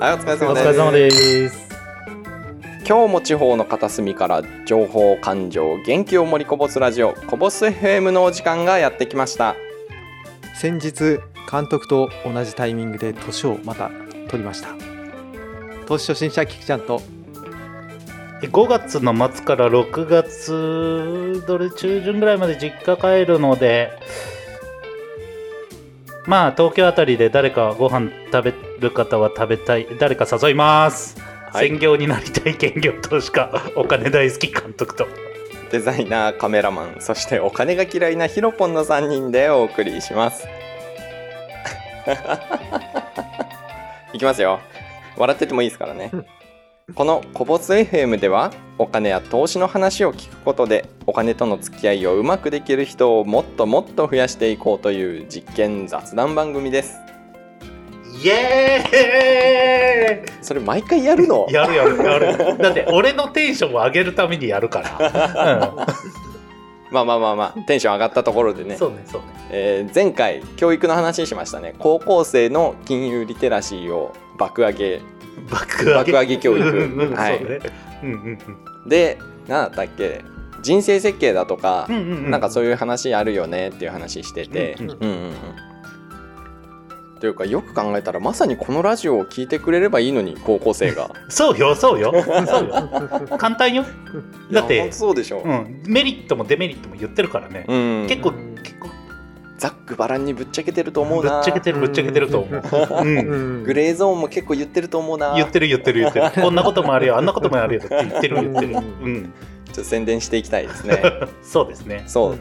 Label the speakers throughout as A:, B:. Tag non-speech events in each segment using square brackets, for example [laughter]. A: はい、お疲れ
B: お
A: 様
B: 疲れ
A: です。
B: 様です。
A: 今日も地方の片隅から情報、感情、元気を盛りこぼすラジオ、こぼす FM のお時間がやってきました。
B: 先日監督と同じタイミングで年をまた取りました。年初心者キキちゃんと
C: 5月の末から6月どれ中旬ぐらいまで実家帰るのでまあ東京あたりで誰かご飯食べる方は食べたい誰か誘います、
A: はい
C: 専業になりたい兼業投資家 [laughs] お金大好き監督と
A: デザイナー、カメラマン、そしてお金が嫌いなヒロポンの3人でお送りします。 [laughs] いきますよ。笑っててもいいですからね。このこぼす FM ではお金や投資の話を聞くことでお金との付き合いをうまくできる人をもっともっと増やしていこうという実験雑談番組です。
C: イエー
A: それ毎回やるの
C: イやるやるやるだって俺のテンションを上げるためにや
A: [laughs]
C: るから、
A: まあまあまあまあテンション上がったところで
C: うん
A: ね、
C: そうねそうね
A: えー前回教育の話しましたね高校生の金融リテラシーを爆上げ
C: 爆上げ
A: 爆上げ教育
C: うんうん
A: はい
C: そうねうんうん
A: で何だったっけ人生設計だとか、
C: うんうんう
A: なんかそう
C: い
A: いう話あるよねっていう話してて、
C: うん
A: うんうんうんというかよく考えたらまさにこのラジオを聞いてくれればいいのに高校生が
C: そうよそう [laughs] よそうよ簡単よ [laughs]
A: いや
C: だって
A: 本当、そうでしょ、
C: う、
A: うん
C: メリットもデメリットも言ってるからね、
A: ん
C: 結構
B: うん
C: 結構
A: ざっくばらんにぶっちゃけてると思う
C: ぶ
A: な
C: っちゃけてるぶっちゃけてると思う、うん、
B: グ
A: グレーゾーンも結構言ってると思うな
C: 言ってる言ってる言 [laughs] ってるこんなこともあるよあんなこともあるよって言ってる言ってる
B: う
C: うんん
A: ちょっと宣伝していきたいです
C: [laughs]
A: ね
C: そうですね
A: そ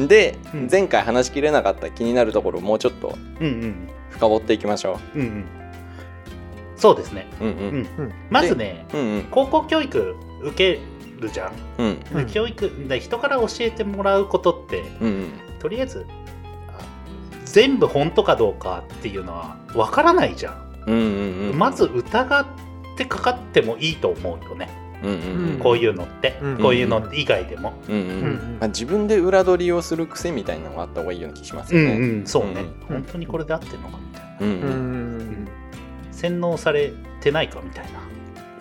A: うで、
C: うん
A: 前回話しきれなかった気になるところをもうちょっと
C: うんうん
A: 深掘っていきましょ
C: うんうんそうですね
A: う。うんう
C: うんんまずね
A: うんうん
C: 高校教育受けるじゃん、
A: うん
B: うん
C: 教育で人から教えてもらうことって
A: うん
C: とりあえずあ全部本当かどうかっていうのはわからないじゃん
A: うんうんうん
C: まず疑ってかかってもいいと思うよね、
A: うんうん
C: こういうのって、
B: うん
C: こういうの以外でも。
A: うんうん
B: うん
A: まあ自分で裏取りをする癖みたいなのがあった方がいいような気します
C: う
A: よ
C: ん
A: ね。
C: うん、そうね、
A: うん
C: 本当にこれで合ってるのかみたいな。
A: うんうん
B: うん
C: 洗脳されてないかみたいな。
A: い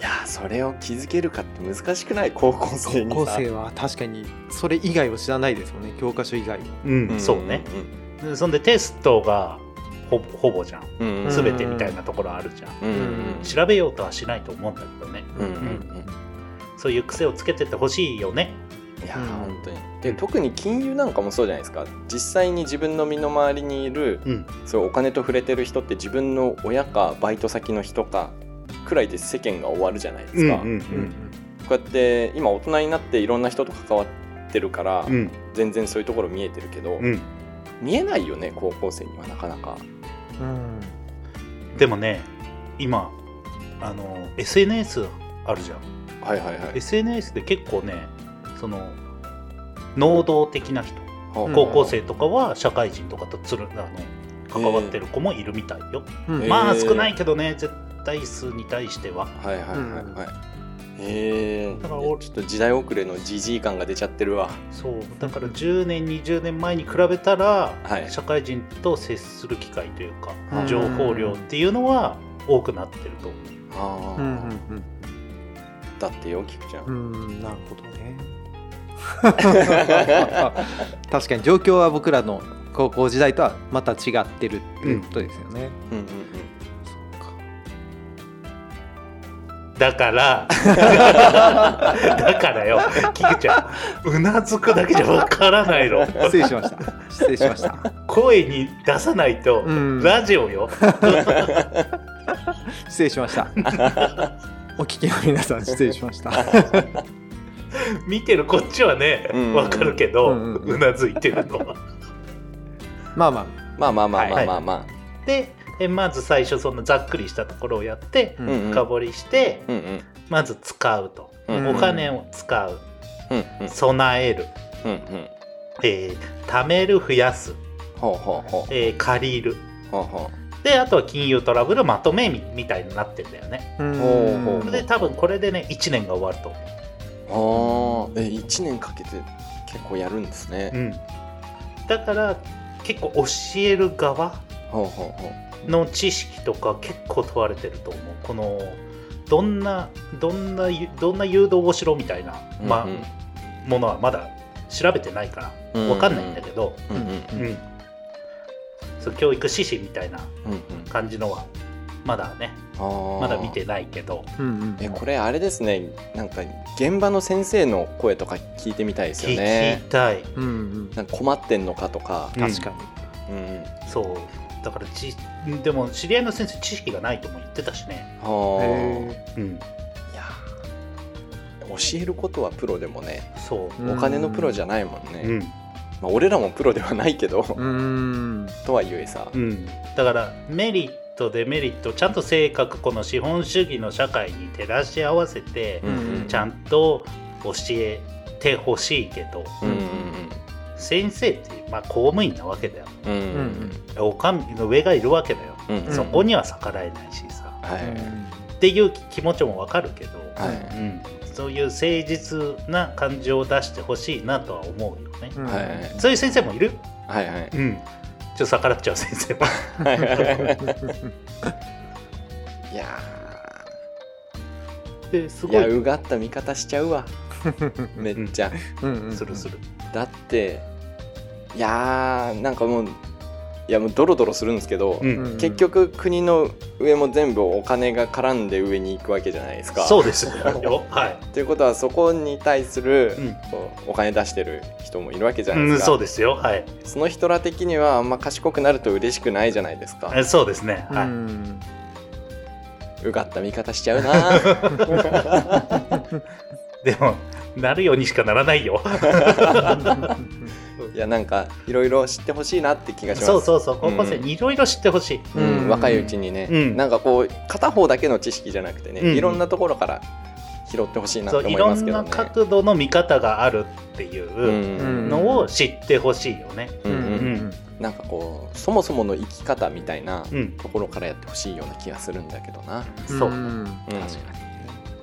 A: やーそれを気づけるかって難しくない高校生
B: 高
A: に
B: 校
A: さ。
B: 生は確かにそれ以外を知らないですもんね教科書以外を
C: うん
A: ん
C: そうね。でそんでテストがほぼほぼじゃん。
A: うんうんうん
C: すべてみたいなところあるじゃん。
A: うんうん
C: 調べようとはしないと思うんだけどね。
A: うんうんうん
C: そういう癖をつけてってほしいよね。
A: いやー
B: うん
A: 本当にで特に金融なんかもそうじゃないですか実際に自分の身の回りにいる
C: うん。
A: そうお金と触れてる人って自分の親かバイト先の人かくらいで世間が終わるじゃないですか、こうやって今大人になっていろんな人と関わってるから、
C: うん。
A: 全然そういうところ見えてるけど、
C: うん。
A: 見えないよね高校生にはなかなか
B: うん
C: でもね、今、あの、SNS あるじゃん。
A: はいはいはい
C: SNS で結構ねその能動的な人
B: うん
C: 高校生とかは社会人とかとつるあの関わってる子もいるみたいよ、
B: うん
A: えー
C: まあ少ないけどね絶対数に対しては
A: はいはいはいはい、へえ
C: だから
A: ちょっと時代遅れのじじい感が出ちゃってるわ
C: そうだから10年20年前に比べたら、
A: はい
C: 社会人と接する機会というか
B: うん
C: 情報量っていうのは多くなってると思う
A: あ
B: う
A: ー、
B: んうん
A: だってよ菊ちゃん、
B: うんうんなるほどね [laughs] 確かに状況は僕らの高校時代とはまた違ってるっていうことですよね、
A: うんうん
C: だから
B: [laughs]
C: だからよ菊ちゃんうなずくだけじゃわからないの
B: 失礼しました失礼しました
C: 声に出さないと、
B: うん
C: ラジオよ
B: 失礼しましたお聞きの皆さん失礼しました
C: 見てるこっちはね
A: うん
C: わかるけど、
B: う
C: うん
B: うん
C: なずいてるのは。
B: まあまあ
A: うんまあまあまあまあまあまあ、
C: でえまず最初そのざっくりしたところをやって
B: う
A: うんうん
B: ん
C: 深掘りして、
A: うんうん
C: まず使うと、
A: うん
C: お金を使う
A: うんうん
C: 備える、
A: うんうん
C: えー貯める増やす、
A: ほうほうほう
C: えー借りる
A: ほうほ
C: であとは金融トラブルまとめみみたいになってんだよね。
B: うん
A: ほうほう
C: それで多分これでね1年が終わると思う。
A: うあーえ1年かけて結構やるんですね、
C: うん、だから結構教える側
A: ほうほうほう
C: の知識とか結構問われてると思うこのどんなどんなゆどんな誘導をしろみたいな、ま
A: うん
C: あ、ものはまだ調べてないか
A: う
C: ら
A: ん
C: わかんないんだけど、
A: うんうん
C: うんそう教育指針みたいな
A: うんうん
C: 感じのはまだね
A: あー
C: まだ見てないけど
B: うんうん
A: えこれあれですねなんか現場の先生の声とか聞いてみたいですよ
C: 聞
A: ね
C: きたい
B: うんうん
A: なんか困ってんのかとか、
C: うん
B: 確か
A: うんうん、
C: そうだからちでも知り合いの先生知識がないとも言ってたしね、
B: に、
A: は
B: へ
C: うん、
A: あいやー教えることはプロでもね
C: そう、
B: うん
A: お金のプロじゃないもんね、
C: うん
A: まあ、俺らもプロではないけど、 [laughs]
B: ーうん
A: とはいえさ、
C: うん、だからメリットデメリットちゃんと性格この資本主義の社会に照らし合わせて
A: う、ん
C: ちゃんと教えてほしいけど、
A: うんうん
C: 先生って、まあ、公務員なわけだよ
A: うんうん
B: うんうん
C: おかみの上がいるわけだよ、
A: うんうん
C: そこには逆らえないしさ
A: はい
C: っていう気持ちもわかるけど、
A: はい
C: うん、そういう誠実な感情を出してほしいなとは思うよね、
B: うん
A: はい
C: そういう先生もいる
A: はいはい
C: うんちょっと逆らっちゃう先生も
A: [laughs] はいいや
C: です
A: ーい
C: ご
A: や
C: いう
A: がった見方しちゃうわめっちゃ、
B: うんうん
C: するする
A: だっていやーなんかもういやもうドロドロするんですけど、
C: うん
B: うん
A: 結局国の上も全部お金が絡んで上に行くわけじゃないですか。
C: そうですよ。はい。
A: ということはそこに対する、
C: うん
A: こうお金出してる人もいるわけじゃな
C: う
A: いで
C: ん、
A: すか、
C: そうですよ。はい。
A: その人ら的にはあんま賢くなると嬉しくないじゃないですか
C: えそうですね。
B: う
C: はい。
B: ん
A: うがった見方しちゃうな
C: でも、なるようにしかならないよ。
A: いやなんかいろいろ知ってほしいなって気がします
C: そうそうそう。高校生にいろいろ知ってほしい。
A: うん
B: うん
A: 若いうちにね、
C: うん
A: なんかこう片方だけの知識じゃなくてね、
C: うん
A: いろんなところから拾ってほしいなと
C: そう、
A: 思
C: い
A: い
C: ろ
A: ます
C: ん
A: けど
C: な
A: ね。
C: 角度の見方があるっていううん
B: ん
C: のを知ってほしいよね。
A: うんう
B: うんん
A: なんかこうそもそもの生き方みたいな
C: うん。
A: ところからやってほしいような気がするんだけどな。
C: そうう。
B: ん
A: うん
B: 確かに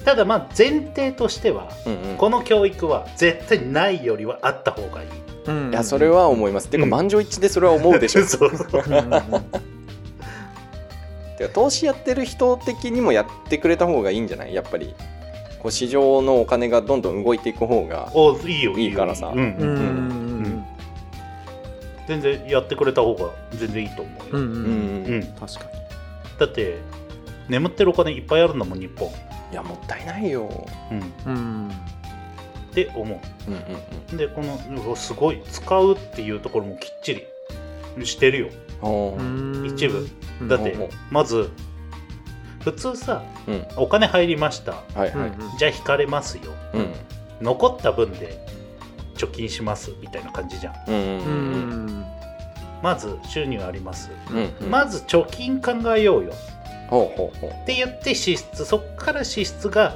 C: ただ、まあ、前提としては、
A: うんうん
C: この教育は絶対ないよりはあった方がいい。
B: うん
A: いやそれは思います。てか
C: うん
A: 満場一致でそれは思うでしょ。
C: [laughs] そうそう。
B: うんうん
A: てか投資やってる人的にもやってくれた方がいいんじゃないやっぱりこう市場のお金がどんどん動いていく方が。
C: おいいよ、よ
A: いいからさ
C: うん
B: う
C: うん
B: ん
C: 全然やってくれた方が全然いいと思うよ。
B: うんう
A: うん
B: ん
A: う、
C: うんん
A: い
B: 確か
C: だって眠ってるお金いっぱいあるんだもん日本、
A: やもったいないよ。
C: うん、っ
B: にうん
C: て思
A: うんうん
C: うでこのうわすごい使うっていうところもきっちりしてるよ
A: うん。おー
B: うん
C: 一部
B: うん
C: だって
A: うん
C: まず普通さ
A: うん
C: お金入りました
A: はい
B: うん
A: はい。
C: じゃあ引かれますよ
A: うん
C: 残った分で貯金しますみたいな感じじゃん
A: うんう
B: う
A: う
B: ん
A: ん
B: ん
C: まず収入あります
A: うんうん。
C: まず貯金考えようよ
A: ほうほうほう。
C: って言って支出そっから支出が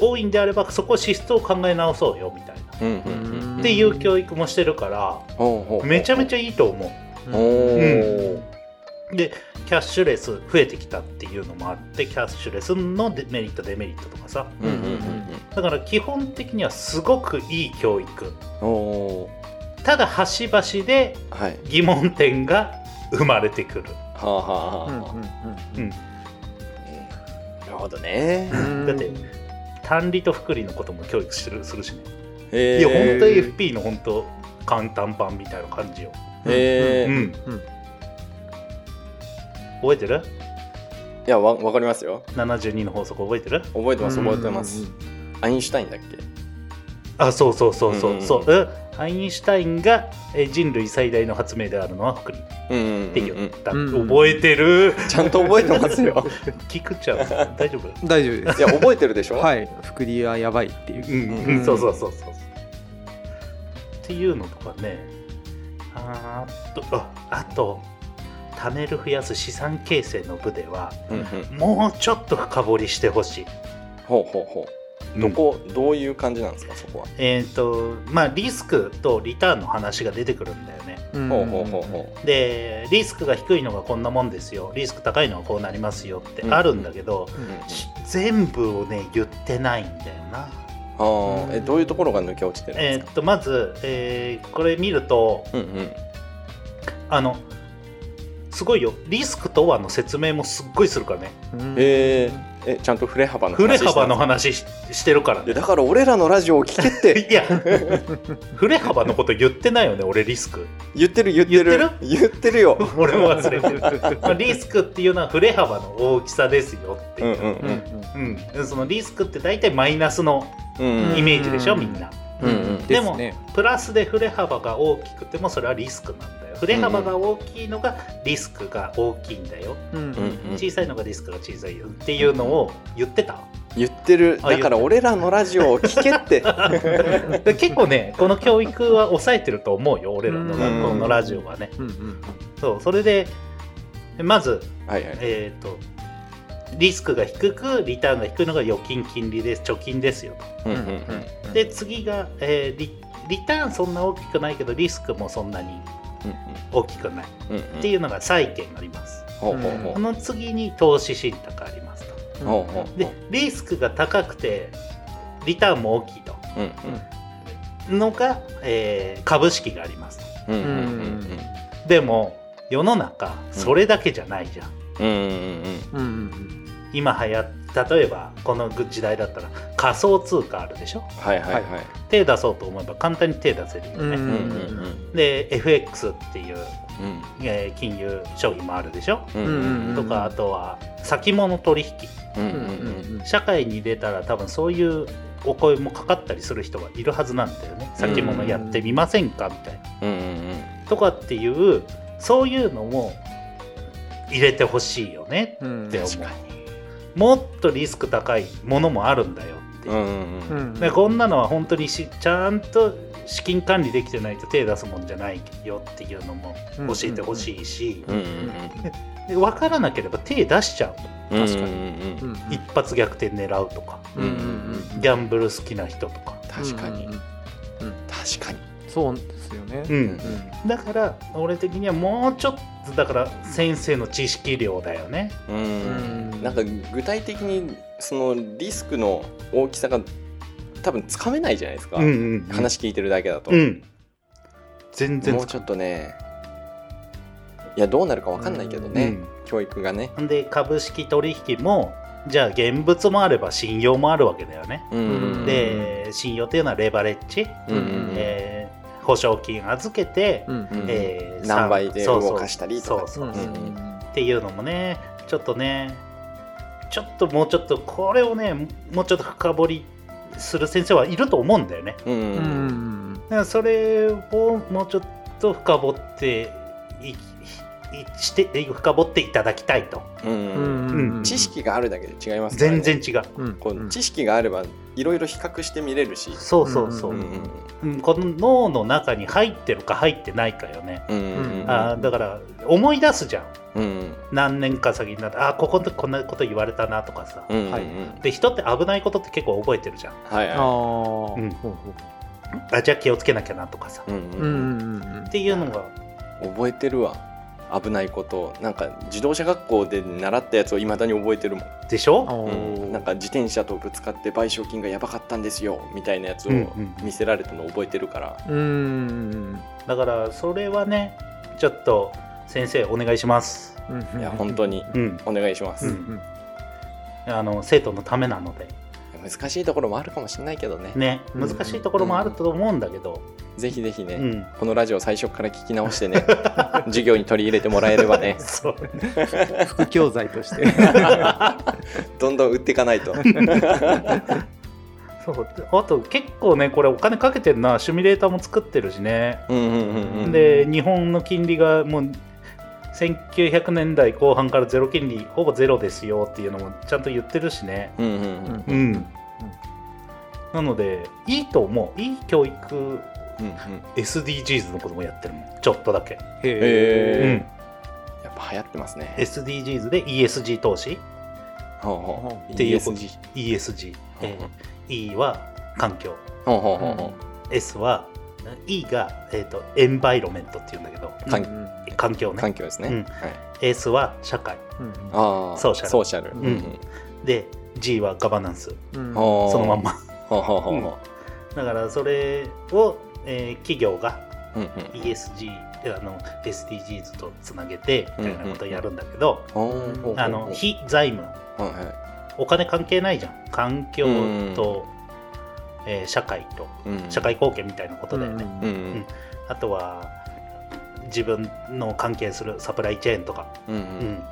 C: 多いんであればそこ支出を考え直そうよみたいな
A: うんうんうん。
C: っていう教育もしてるから
A: ほうほうほう
C: めちゃめちゃいいと思
A: おお。
C: うでキャッシュレス増えてきたっていうのもあってキャッシュレスのデメリットデメリットとかさ
A: うんうんうん
C: だから基本的にはすごくいい教育
A: うん。おお
C: ただ端々で
A: ー。はい。
C: 疑問点が生まれてくる
A: はあはあはあ
B: うん
A: はあ。
B: うん
A: なるほどね。
B: うん
C: だって単利と複利のことも教育するするしね
A: へ
C: いや本当
A: え。
B: ー
C: FP の本当簡単版みたいな感じよ
A: へ
C: う
A: え。
C: ん
B: うん
C: 覚えてる
A: いやわわかりますよ。
C: 72の法則覚えてる
A: 覚えてます
B: うん
A: 覚えてます。アインシュタインだっけ？
C: あそうそうそう
A: うん
C: そ
A: うん
C: う
A: うん
C: そう、うんアインシュタインがえー人類最大の発明であるのは福利っ
A: うんうん
C: ていう
A: うんうん。
C: だ
B: うんうん
C: 覚えてる
A: ちゃんと覚えてます
C: [laughs]
A: よ。
C: 菊ちゃん大丈夫
B: 大丈夫です
A: いや覚えてるでしょ？い。
B: はい福利はやばいっていう
C: うん
A: うん
C: うんそうそうそうそうっていうのとかねあーっとああと貯める増やす資産形成の部では
A: うんうん。
C: もうちょっと深掘りしてほしい
A: ほうほうほう。
C: ど
A: こうどういう感じなんですかそこは？
C: えっ、とまあリスクとリターンの話が出てくるんだよね
B: うん
A: ほうほうほうほ
C: でリスクが低いのがこんなもんですよリスク高いのはこうなりますよってあるんだけど、
A: う。うん
C: し全部をね言ってないんだよな。
A: ああえどういうところが抜け落ちてるん
C: え
A: です
C: ー
A: か
C: っ？とまず、えーこれ見ると
A: うんうん。
C: あのすごいよリスクとはの説明もすっごいするからね
B: うん
A: えーえちゃんと振れ幅の
C: 振れ
A: 話して
C: 幅の
A: た
C: 話ししてるから
A: い [laughs] や
C: ね
A: だから俺らのラジオを聞けって [laughs]
C: いや振れ幅のこと言ってないよね俺リスク
A: 言ってる言ってる言ってる [laughs] よ
C: 俺も忘れてるまあリスクっていうのは振れ幅の大きさですよって
A: うん
C: いうう、
B: うん
C: うんそのリスクって大体マイナスの
A: うんうん
C: イメージでしょ、
B: うん
C: みんな
A: うんうん
B: うん
C: でも
B: すね
C: プラスで振れ幅が大きくてもそれはリスクなんだよ振れ幅が大きいのがリスクが大きいんだよ、
B: うん
A: うんうん
C: 小さいのがリスクが小さいよっていうのを言ってた、 [laughs]
A: 言ってる
C: あ
A: だから俺らのラジオを聞け [laughs] って
C: で結構ねこの教育は抑えてると思うよ俺らの学校のラジオはね
B: うんうん
C: そうそれでまず
A: はいはい
C: えっ、とリスクが低くリターンが低いのが預金金利です貯金ですよ
A: うん
B: う
A: うんんう
B: うん
A: ん
B: うん
C: で次が、えーリリターンそんな大きくないけどリスクもそんなに大きくない
A: うんうん
C: っていうのが債券あります
A: ほうほうほ
C: こ
A: う
C: の次に投資信託ありますと
A: ほうほう
C: でリスクが高くてリターンも大きいと
A: うん
C: のが、えー株式がありますと
A: うんうんうん
C: でも世の中それだけじゃないじゃん、
A: うんうんうん
B: うんうん
C: 今流行っ例えばこの時代だったら仮想通貨あるでしょ
A: はいはいはい
C: 手出そうと思えば簡単に手出せるよね、
B: う
A: うん
B: ん
A: うんうん
C: で FX っていう、
A: うん
C: えー金融商品もあるでしょ、
A: うん
B: うん
C: とかあとは先物取引
A: うん
B: うんう
A: うん
B: んうん
C: 社会に出たら多分そういうお声もかかったりする人がいるはずなんだよね先物やってみませんかみたいな
A: うんうん
C: とかっていうそういうのも入れてほしいよね
B: うん
C: って思うもっとリスク高いものもあるんだよっていう
A: うんうんうん
B: うん
C: でこんなのは本当にしちゃんと資金管理できてないと手出すもんじゃないよっていうのも教えてほしいし、
A: うん
C: で分からなければ手出しちゃう
A: うんうん
B: 確かに
A: うん
B: う
A: うんん
C: 一発逆転狙うとか
B: うんうんうん
C: ギャンブル好きな人とか、
A: 確かに
B: うんうん
A: 確かに
B: そうですよね
C: う
A: うん
C: ん、
B: う
C: だから俺的にはもうちょっとだから先生の知識量だよね
A: うんなんか具体的にそのリスクの大きさが多分つかめないじゃないですか、
C: うんうん
A: 話聞いてるだけだと、
C: うん全然
A: もうちょっとねいやどうなるかわかんないけどね、教育がね
C: うん、で株式取引もじゃあ現物もあれば信用もあるわけだよね、
A: うんうん
C: で信用というのはレバレッジ、
A: うんうん
C: えー保証金預けて、
B: んう
A: う
B: ん
A: ん
C: えー
A: 何倍で
C: そうそう
A: 動かしたりとか
C: そうそう
A: うん
C: っていうのもねちょっとねちょっともうちょっとこれをねもうちょっと深掘りする先生はいると思うんだよね
A: うんう
B: うんん
C: だからそれをもうちょっと深掘っていいして深掘っていただきたいと
A: うん
B: う
A: うん
B: んうん
A: 知識があるだけで違いますからね
C: 全然違う、
B: うん
A: こう知識があればいろいろ比較して見れるし、
C: そうそうそ
A: う
C: う、うんん
A: うん
C: この脳の中に入ってるか入ってないかよね、
A: うんうん
C: あーだから思い出すじゃん
A: うん
C: 何年か先になってあーここの時こんなこと言われたなとかさ、
A: うんうんうん
B: はい
C: で人って危ないことって結構覚えてるじゃん
A: はい
B: あ
A: は
B: ー
C: うん
B: ほうほ
C: あじゃあ気をつけなきゃなとかさ、
A: い、う
B: うんう
A: うんん
B: うんうん
C: っていうのが
A: 覚えてるわ危ないことなんか自動車学校で習ったやつをいまだに覚えてるもん
C: でしょ
B: おー
A: なんか自転車とぶつかって賠償金がやばかったんですよみたいなやつを
C: うんうん
A: 見せられたの覚えてるから、
B: うん
C: だからそれはねちょっと先生お願いします
B: うん
A: いや本当に
C: うん
A: お願いします、
C: う
B: うんうん
C: あの生徒のためなので
A: 難しいところもあるかもしれないけどね
C: ね
B: うん
C: 難しいところもあると思うんだけど、
A: ぜひぜひね、
C: うん
A: このラジオ最初から聞き直してね [laughs] 授業に取り入れてもらえればね
C: [laughs] そう
B: 副教材として
A: [laughs] どんどん売っていかないと
C: そうあと結構ねこれお金かけてるなシミュレーターも作ってるしね、
A: うんうんうんうん
C: で日本の金利がもう1900年代後半からゼロ金利ほぼゼロですよっていうのもちゃんと言ってるしね
A: うんうんうん
C: うん、なのでいいと思ういい教育
A: うんうん
C: SDGs のこともやってるもんちょっとだけ、
A: へー
C: うん
A: やっぱ流行ってますね
C: SDGs で ESG 投資
A: ほうほう
C: っていうこと
A: ESG
C: ESG、
A: ほう
C: えー E は環境
A: ほうほうほうほう
C: S は E が、えー、とエンバイロメントっていうんだけど
A: 環
B: うんうん
C: 環境ね
A: 環境ですね、
C: うん
A: はい
C: S は社会
B: うん
A: ああ
C: ソーシャル
A: ソーシャル、
B: うん
A: うんうん
C: で G はガバナンス
B: うん
A: ほう
C: そのまんま
A: ほうほうほうほ
C: だからそれを、えー企業が
A: ううんうん
C: ESG あの SDGs とつなげてみたいなことをやるんだけど、
A: ほうほうほう
C: あの非財務
A: はいはい
C: お金関係ないじゃん環境と、えー社会と
A: うん
C: 社会貢献みたいなことだよね、
A: うんうん
C: あとは自分の関係するサプライチェーンとか、
A: うんう
C: うん
A: ん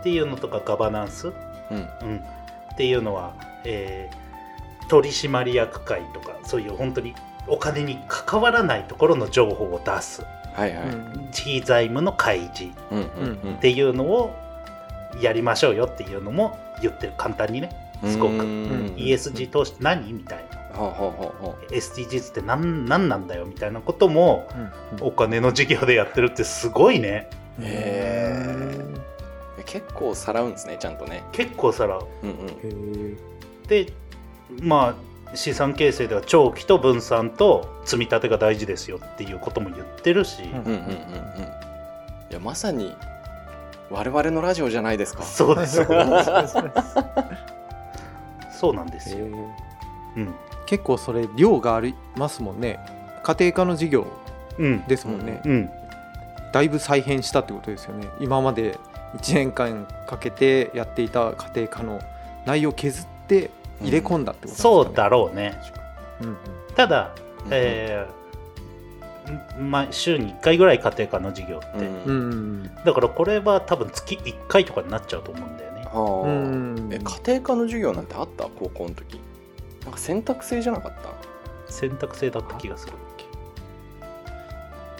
C: っていうのとかガバナンス、
A: うん
C: うん、っていうのは、えー取締役会とかそういう本当にお金に関わらないところの情報を出す
A: はいはい
C: 非財務の開示
A: うんうんうん
C: っていうのをやりましょうよっていうのも言ってる簡単にねすごく
A: うーん
C: ESG 投資って何みたいな
A: ほうほうほうほ
C: SDGs って何何なんだよみたいなことも
B: うん
C: お金の事業でやってるってすごいね
A: へうえ結構さらうんですねちゃんとね
C: 結構さらう
A: うんうん
B: へー
C: でまあ資産形成では長期と分散と積み立てが大事ですよっていうことも言ってるし、
B: うん
A: うんうんうんうんいやまさに我々のラジオじゃないですか
C: そうです
B: へ
C: そうなんですよ、
B: ー
C: うん
B: 結構それ量がありますもんね家庭科の授業
C: うん
B: ですもんね、
C: うん
B: だいぶ再編したってことですよね今まで1年間かけてやっていた家庭科の内容を削って入れ込んだってことですよね、
C: そうだろうね
B: うんうん
C: ただ、
A: うんうん
C: えーんまあ、週に1回ぐらい家庭科の授業って、
A: うん
B: うんうん
C: だからこれは多分月1回とかになっちゃうと思うんだよね
A: は
B: う
A: あ
B: ん
A: え家庭科の授業なんてあった高校の時なんか選択制じゃなかった
C: 選択制だった気がする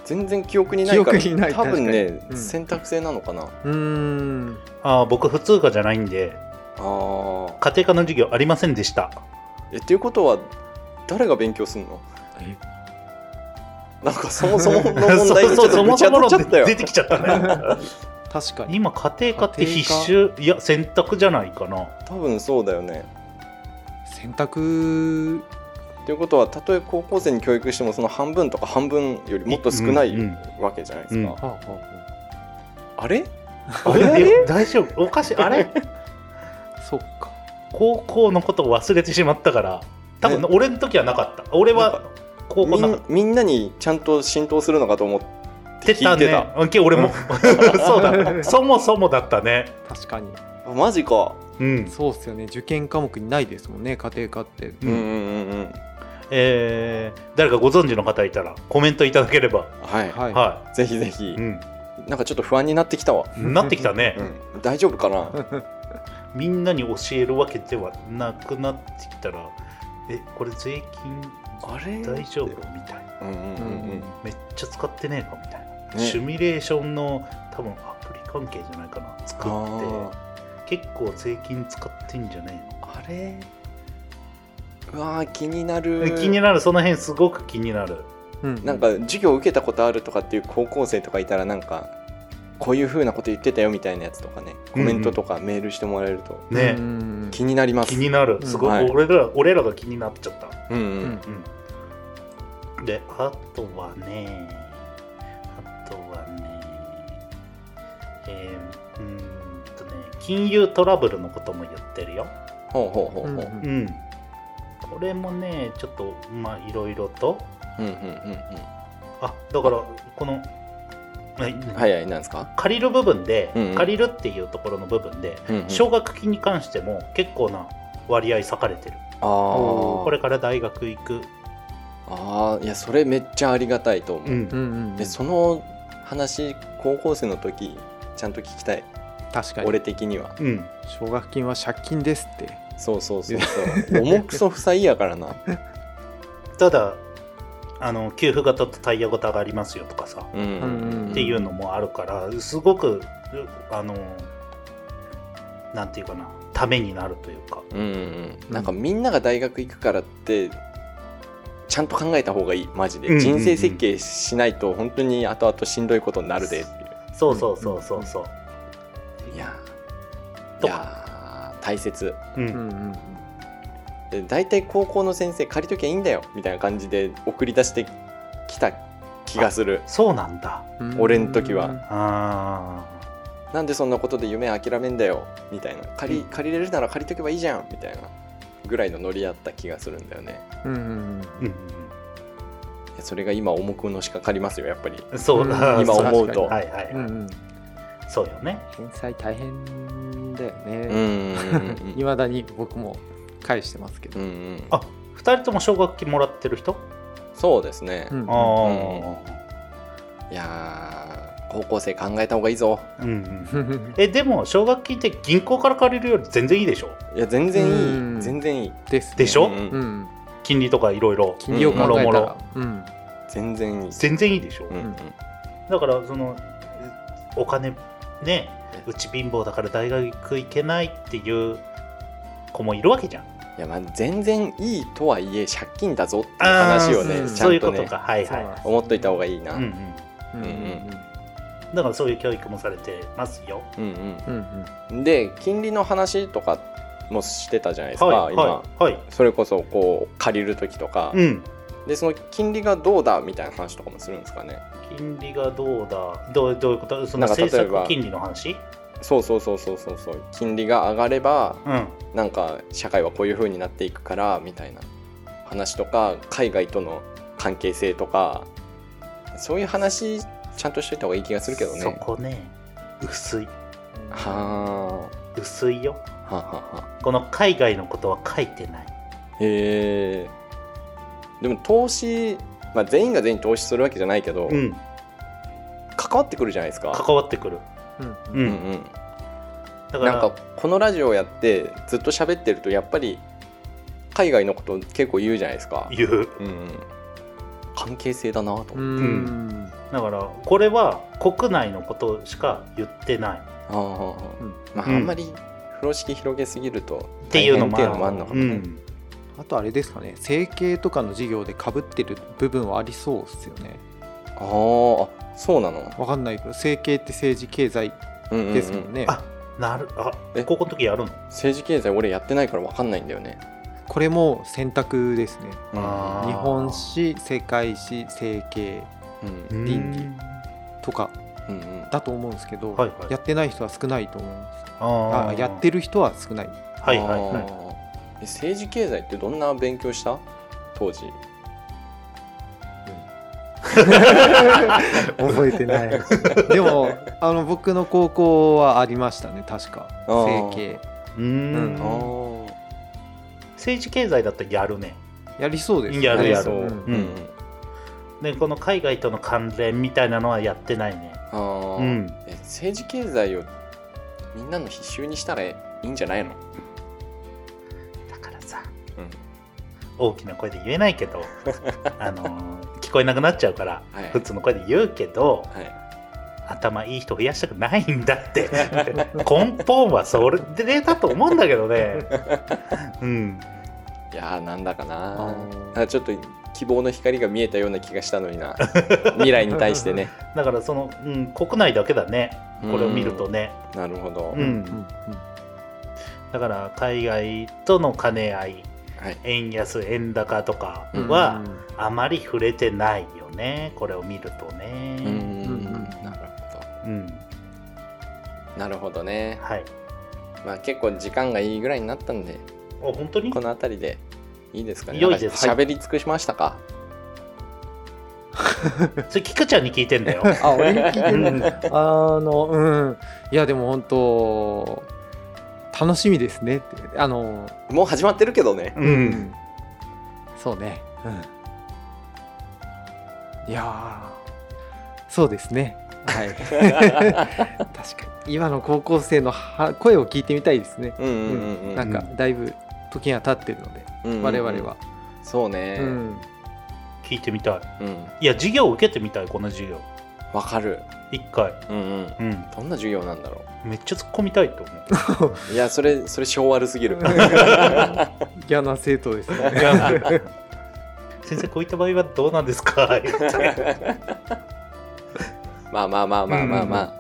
A: 全然記憶にないから
B: 記憶にない
A: 多分
B: 確
A: ね
B: か、にうん
A: 選択制なのかなあ
B: うん
C: ああ僕普通科じゃないんで
A: あ
C: 家庭科の授業ありませんでした
A: えっていうことは誰が勉強すんの [laughs] なんかそもそもの問題
C: そ
A: で
C: う
A: ちょ
C: そう
A: っと
C: そ
A: ぶ
C: も
A: ち
C: そ
A: 当
C: もの
A: たっちゃったよ
C: 出てきちゃったね
B: 確か
C: [laughs]
B: に
C: 今家庭科って必
B: 家
C: 修いや選択じゃないかな
A: 多分そうだよね
B: 選択
A: っていうことはたとえ高校生に教育してもその半分とか半分よりもっと少ない
C: うん
A: わけじゃないですか、
C: うん
B: はあはあは
A: あれ
C: あれいや大丈夫おかしいあれ
B: あそうか
C: 高校のことを忘れてしまったから多分、
A: ね
C: 俺の時はなかった俺
A: な
C: は高校
A: み
C: なかっ
A: んみんなにちゃんと浸透するのかと思って
C: てた
A: 聞いて
C: ね
A: た
C: うんけ俺
A: [laughs]
C: もそうだそもそもだったね
B: 確かに
A: あマジか
C: うん
B: そうっすよね受験科目にないですもんね家庭科って
A: うんうんうんうん
C: えー誰かご存知の方いたらコメントいただければ、
A: はい、
B: はい
C: は
A: ぜひぜひ
C: いうん、
A: なんかちょっと不安になってきたわ、
C: なってきたね、
A: うん、大丈夫かな
C: [laughs] みんなに教えるわけではなくなってきたらえこれ税金
A: あれ
C: 大丈夫みたいな
A: うんうんうんうん
C: めっちゃ使ってねえかみたい
A: ね
C: な、シミュレーションの多分アプリ関係じゃないかな作っ
A: あ
C: て結構税金使ってんじゃね
A: ーあれうわー気にな
C: え
A: る
C: の気になるその辺すごく気になる
B: うん
A: なんか授業受けたことあるとかっていう高校生とかいたらなんかこういうふうなこと言ってたよみたいなやつとかねコメントとかメールしてもらえると
C: ね、
B: うん
A: 気になります
C: 気になるすごい、
A: うんはい
C: 俺ら俺らが気になっちゃった
A: うんう
B: うんん
C: うん、であとはねあとはねえー、うーんとね金融トラブルのことも言ってるよ、
A: ほうほうほう
B: うん
A: ほ
B: う
A: うん
C: うん、これもねちょっとまあいろいろと
A: うんうんうん
C: あだからこの、はい
A: うんはいはいなんですか
C: 借りる部分で、
A: うんうん
C: 借りるっていうところの部分で
A: うんうん
C: 奨学金に関しても結構な割合割かれてる
A: あ
B: こ
C: こ
A: ー
C: れから大学行く、
A: あーいやそれめっちゃありがたいと思う、
C: うん
B: うんうんうん
A: でその話高校生の時ちゃんと聞きたい、
B: 確かに
A: 俺的には
C: うん、
B: 奨学金は借金ですって
A: そうそうそうそう重くそ負債やからな
C: ただあの給付型とタイヤ型がありますよとかさ、
A: うん
B: うん
C: っていうのもあるからすごくあのなんていうかなためになるというか
A: うんうんうん、なんかみんなが大学行くからってちゃんと考えた方がいいマジで、
C: うんうんうん
A: 人生設計しないと本当に後々しんどいことになるでっていう
C: そうそうそうそうそう、
A: いやー
C: と
A: いやー大切
C: うん
B: うんうん
A: で大体高校の先生借りときゃいいんだよみたいな感じで送り出してきた気がする
C: そうなんだ
B: うん
A: 俺ん時は
C: あ
A: なんでそんなことで夢諦めんだよみたいな借り借りれるなら借りとけばいいじゃんみたいなぐらいのノリやった気がするんだよね
B: うんうんうん
C: ーうん
A: やそれが今重くのしかかりますよやっぱり
C: そう、
B: うん
A: 今思うと
C: そうはいはいはい、
B: うんうん、
C: そうよね
B: 返済大変だよ
A: う
B: ね
C: [laughs]
A: ん
B: いま、未だに僕も返してますけ
A: う
B: ど、
A: んうん
C: あ二人とも奨学金もらってる人、
A: そうですね、
B: うん
C: あ
A: いやー高校生考えた方がいいぞ
C: あうんうん
B: うん
C: えでも奨学金って銀行から借りるより全然いいでしょ
A: いや全然
B: う
A: い
B: ん
A: い全然いい
B: ですね
C: でしょ
A: うんうん
B: うん、
C: 金利とかいろいろ
B: 金利を考え
C: も
B: た
C: ろ
B: ら、うん、
A: 全然いい
C: 全然いいでしょ、
A: うんうん
C: だからそのえお金ねうち貧乏だから大学行けないっていう子もいるわけじゃん
A: いやまあ全然いいとはいえ借金だぞっていう話を
B: あー
A: ね
B: うん
A: ちゃ
C: そう
A: ん
C: いうことと
A: ね
C: かはい
B: そう
C: はい
B: なんです
A: 思っといた方がいいな
C: う
A: うん
C: うんん
B: うんうん
C: だからそういう教育もされてますよ
A: うん
B: うんうん
A: で金利の話とかもしてたじゃないですか、
C: はい
A: 今、
C: はいはい
A: それこそこう借りる時とか、
C: うん
A: でその金利がどうだみたいな話とかもするんですかね
C: 金利がどうだどうどういうことその
A: なんか
C: 政
A: 例えば
C: 策金利の話
A: そうそうそうそうそうそう金利が上がれば
C: うん
A: なんか社会はこういう風になっていくからみたいな話とか海外との関係性とかそういう話ちゃんとしといた方がいい気がするけどね
C: そこね薄い
A: は
C: 薄いよ
A: あはあはあは
C: この海外のことは書いてない
A: あへえでも投資、まあ、全員が全員投資するわけじゃないけど、
C: うん
A: 関わってくるじゃないですか
C: 関わってくる
B: うん
C: う
A: うんんうん
C: だから
A: なんかこのラジオやってずっと喋ってるとやっぱり海外のこと結構言うじゃないですか、
C: 言う
A: うんうん、関係性だなと、
B: う
A: あ
B: ん
C: だからこれは国内のことしか言ってない
A: あ
B: うん
A: まあ、
C: うん
A: あんまり風呂敷広げすぎると
C: っていうのも
A: 大変っていうのもあるのか
C: う
A: もね、
C: ん、
B: あとあれですかね整形とかの事業でかぶってる部分はありそうですよね
A: あーあそうなの、
B: わかんないけど整形って政治経済
A: うんうんうん
B: ですもんね、
C: あなるあ
A: え
C: 高校の時やるの
A: 政治経済俺やってないから分かんないんだよね、
B: これも選択ですね
A: うん
C: あー
B: 日本史世界史整形
A: うん
B: 倫理とか
A: うんうん、
B: だと思うんですけど、
C: はいはい
B: やってない人は少ないと思います
C: あ
B: あ
C: ー
B: やってる人
A: [laughs]
B: は少ない
C: はいは
A: あ
C: いはい
A: ーえ政治経済ってどんな勉強した当時
B: 覚えてない [laughs] でもあの僕の高校はありましたね確か
A: あー
B: 整形
C: うーん
B: うん
A: あー
C: 政治経済だったらやるね
B: やりそうですね
C: やるやる
A: そう
B: う
A: うん
B: ん
A: うん
C: でこの海外との関連みたいなのはやってないね
A: あー
C: うん
A: え政治経済をみんなの必修にしたらいいんじゃないの、
C: だからさ
A: うん、
C: 大きな声で言えないけどあのー聞こえなくなっちゃうから、
A: はい
C: 普通の声で言うけど
A: はい
C: 頭いい人増やしたくないんだって [laughs] 根本はそれだと思うんだけどねうん
A: いやーなんだかな
B: あ
A: なんかちょっと希望の光が見えたような気がしたのにな [laughs] 未来に対してね
C: だからその、うん、国内だけだねこれを見るとね
A: うんなるほど、
C: うん、
B: うん
C: だから海外との兼ね合い
A: はい
C: 円安円高とか
B: うん
C: はあまり触れてないよねこれを見ると
A: う
C: ね
A: んうんうん
B: うん
A: なるほ
C: うん
A: どなるほどね
C: はい
A: まあ結構時間がいいぐらいになったんで
C: お本当に
A: この辺りでいいですかね
C: 良いです
A: なんか喋り尽くしましたか、
C: それ菊ちゃんに聞いてんだよ
B: あ俺に聞いて
C: う
B: る
C: ん
B: あのうんいやでも本当楽しみですねってあの
A: [laughs] もう始まってるけどね
C: うん
B: そうねうんいやーそうですねはい確かに今の高校生のは声を聞いてみたいですね
A: うんうんうん
B: なんかだいぶ時が経ってるので
A: うん
B: 我々は
A: そう
B: う
A: ね
B: ん
C: 聞いてみたい
A: うん、
C: いや授業を受けてみたいこの授業
A: わかる
C: 一回
A: うんうん
C: うん
A: どんな授業なんだろ
C: めっちゃ突っ込みたいと思う
A: ういやそれそれ性悪すぎる
B: [laughs] 嫌な生徒ですね
C: [laughs] 先生こういった場合はどうなんですか
A: まあまあまあまあまあま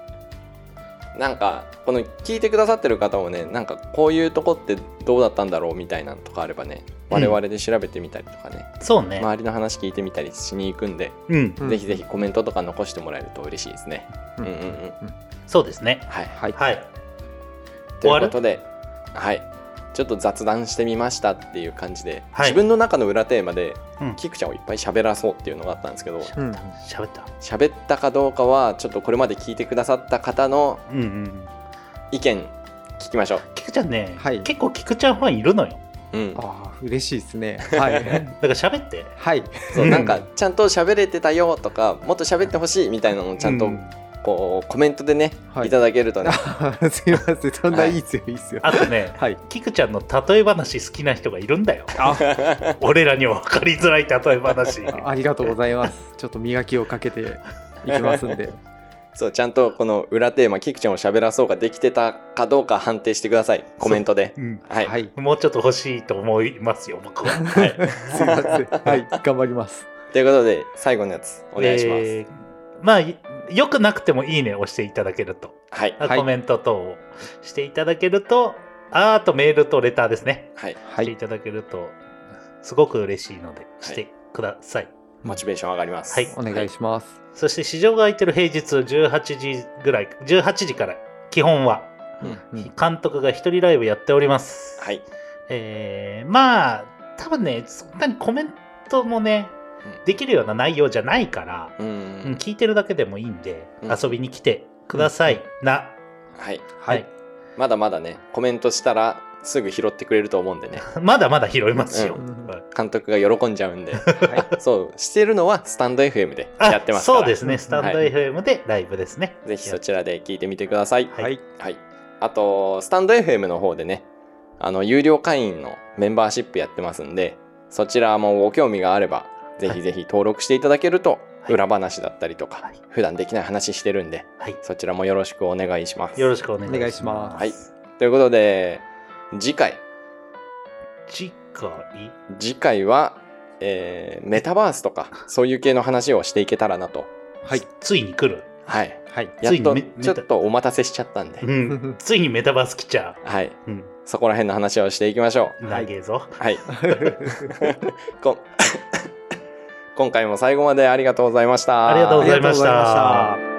A: あ、なんかこの聞いてくださってる方もねなんかこういうとこってどうだったんだろうみたいなのとかあればね
C: うん
A: 我々で調べてみたりとかね、
C: そうね、
A: 周りの話聞いてみたりしに行くんで、
C: うん
B: うん
A: ぜひぜひコメントとか残してもらえると嬉しいですね、う、
B: うんん
A: うんうん
C: そうですね
A: はい
B: はい
C: はい
A: ということではいちょっと雑談してみましたっていう感じで、
C: はい
A: 自分の中の裏テーマで
C: うん
A: キクちゃんをいっぱい喋らそうっていうのがあったんですけど
B: うん
C: 喋った
A: 喋ったかどうかはちょっとこれまで聞いてくださった方の
C: うんうん
A: 意見聞きましょ
C: 菊ちゃんね、
B: はい
C: 結構菊ちゃんファンいるのよ
A: う、うん、
B: ああ嬉しいですねはい
C: だから喋って
B: はい [laughs]
A: そう
C: うん
A: なんかちゃんと喋れてたよとかもっと喋ってほしいみたいなのをちゃん
C: う
A: とこうコメントでね、
B: はい
A: い、ただけるとね
B: あーすいませんそんないいっすよいいっすよ
C: あとね
B: はい
C: 菊ちゃんの例え話好きな人がいるんだよ俺らには分かりづらい例え話
B: あありがとうございますちょっと磨きをかけていきますんで
A: そうちゃんとこの裏テーマキクちゃんを喋らそうができてたかどうか判定してくださいコメントで
C: うん
A: はい、
B: はい
C: もうちょっと欲しいと思いますよ僕 [laughs] は、はい
B: す
C: [laughs]
B: いませんはい頑張ります
A: ということで最後のやつお願いします、
C: えーまあよくなくてもいいねを押していただけると
A: はい
C: あ
B: はい
C: コメント等をしていただけるとあーとメールとレターですね
A: はい
B: は
C: してい
B: い
C: ただけるとすごく嬉しいのでしてください、
A: モチベーション上がります
C: はい
B: お願いします
C: そして市場が空いてる平日18時ぐらい18時から基本は
A: うん
B: うん
C: 監督が一人ライブやっております、
A: はい、
C: えーまあ多分ねそんなにコメントもね
A: うん
C: できるような内容じゃないから、
A: うん
C: うん、聞いてるだけでもいいんで、
A: うん
C: 遊びに来てください、な
A: はい
B: は
C: はい
B: い
A: まだまだねコメントしたらすぐ拾ってくれると思うんでね
C: まだまだ拾い [laughs] ますよ。
A: うん
C: はい
A: 監督が喜んじゃうんで
B: はい
A: そうしてるのはスタンド FM でやってますから
C: そうです
B: う
C: ね、
B: ん
C: スタンド
A: はい
C: FM でライブですね。
A: ぜひそちらで聞いてみてください
C: は
B: はい
A: はい、あとスタンド FM の方でねあの有料会員のメンバーシップやってますんでそちらもご興味があればぜひぜひ登録していただけると、
C: はい
A: 裏話だったりとか、
C: はい
A: 普段できない話してるんで
C: はい、
A: そちらもよろしくお願いします。
C: よろしくお願いします。
B: お願いします
A: はい、ということで次回
C: 次回、
A: 次回は、えーメタバースとかそういう系の話をしていけたらなと、
B: はい
C: ついに来る。
A: はい、
B: はい
A: やっ
C: ついに
A: と
C: メ
A: ちょっとお待たせしちゃったんで、
C: うん、ついにメタバース来ちゃ
A: はい、
C: う。うん、
A: そこら辺の話をしていきましょう。
B: はい
C: 投げぞ。
A: はい。 [laughs] こん [coughs] 今回も最後までありがとうございました。
C: ありがとうございました
B: ありがとうございました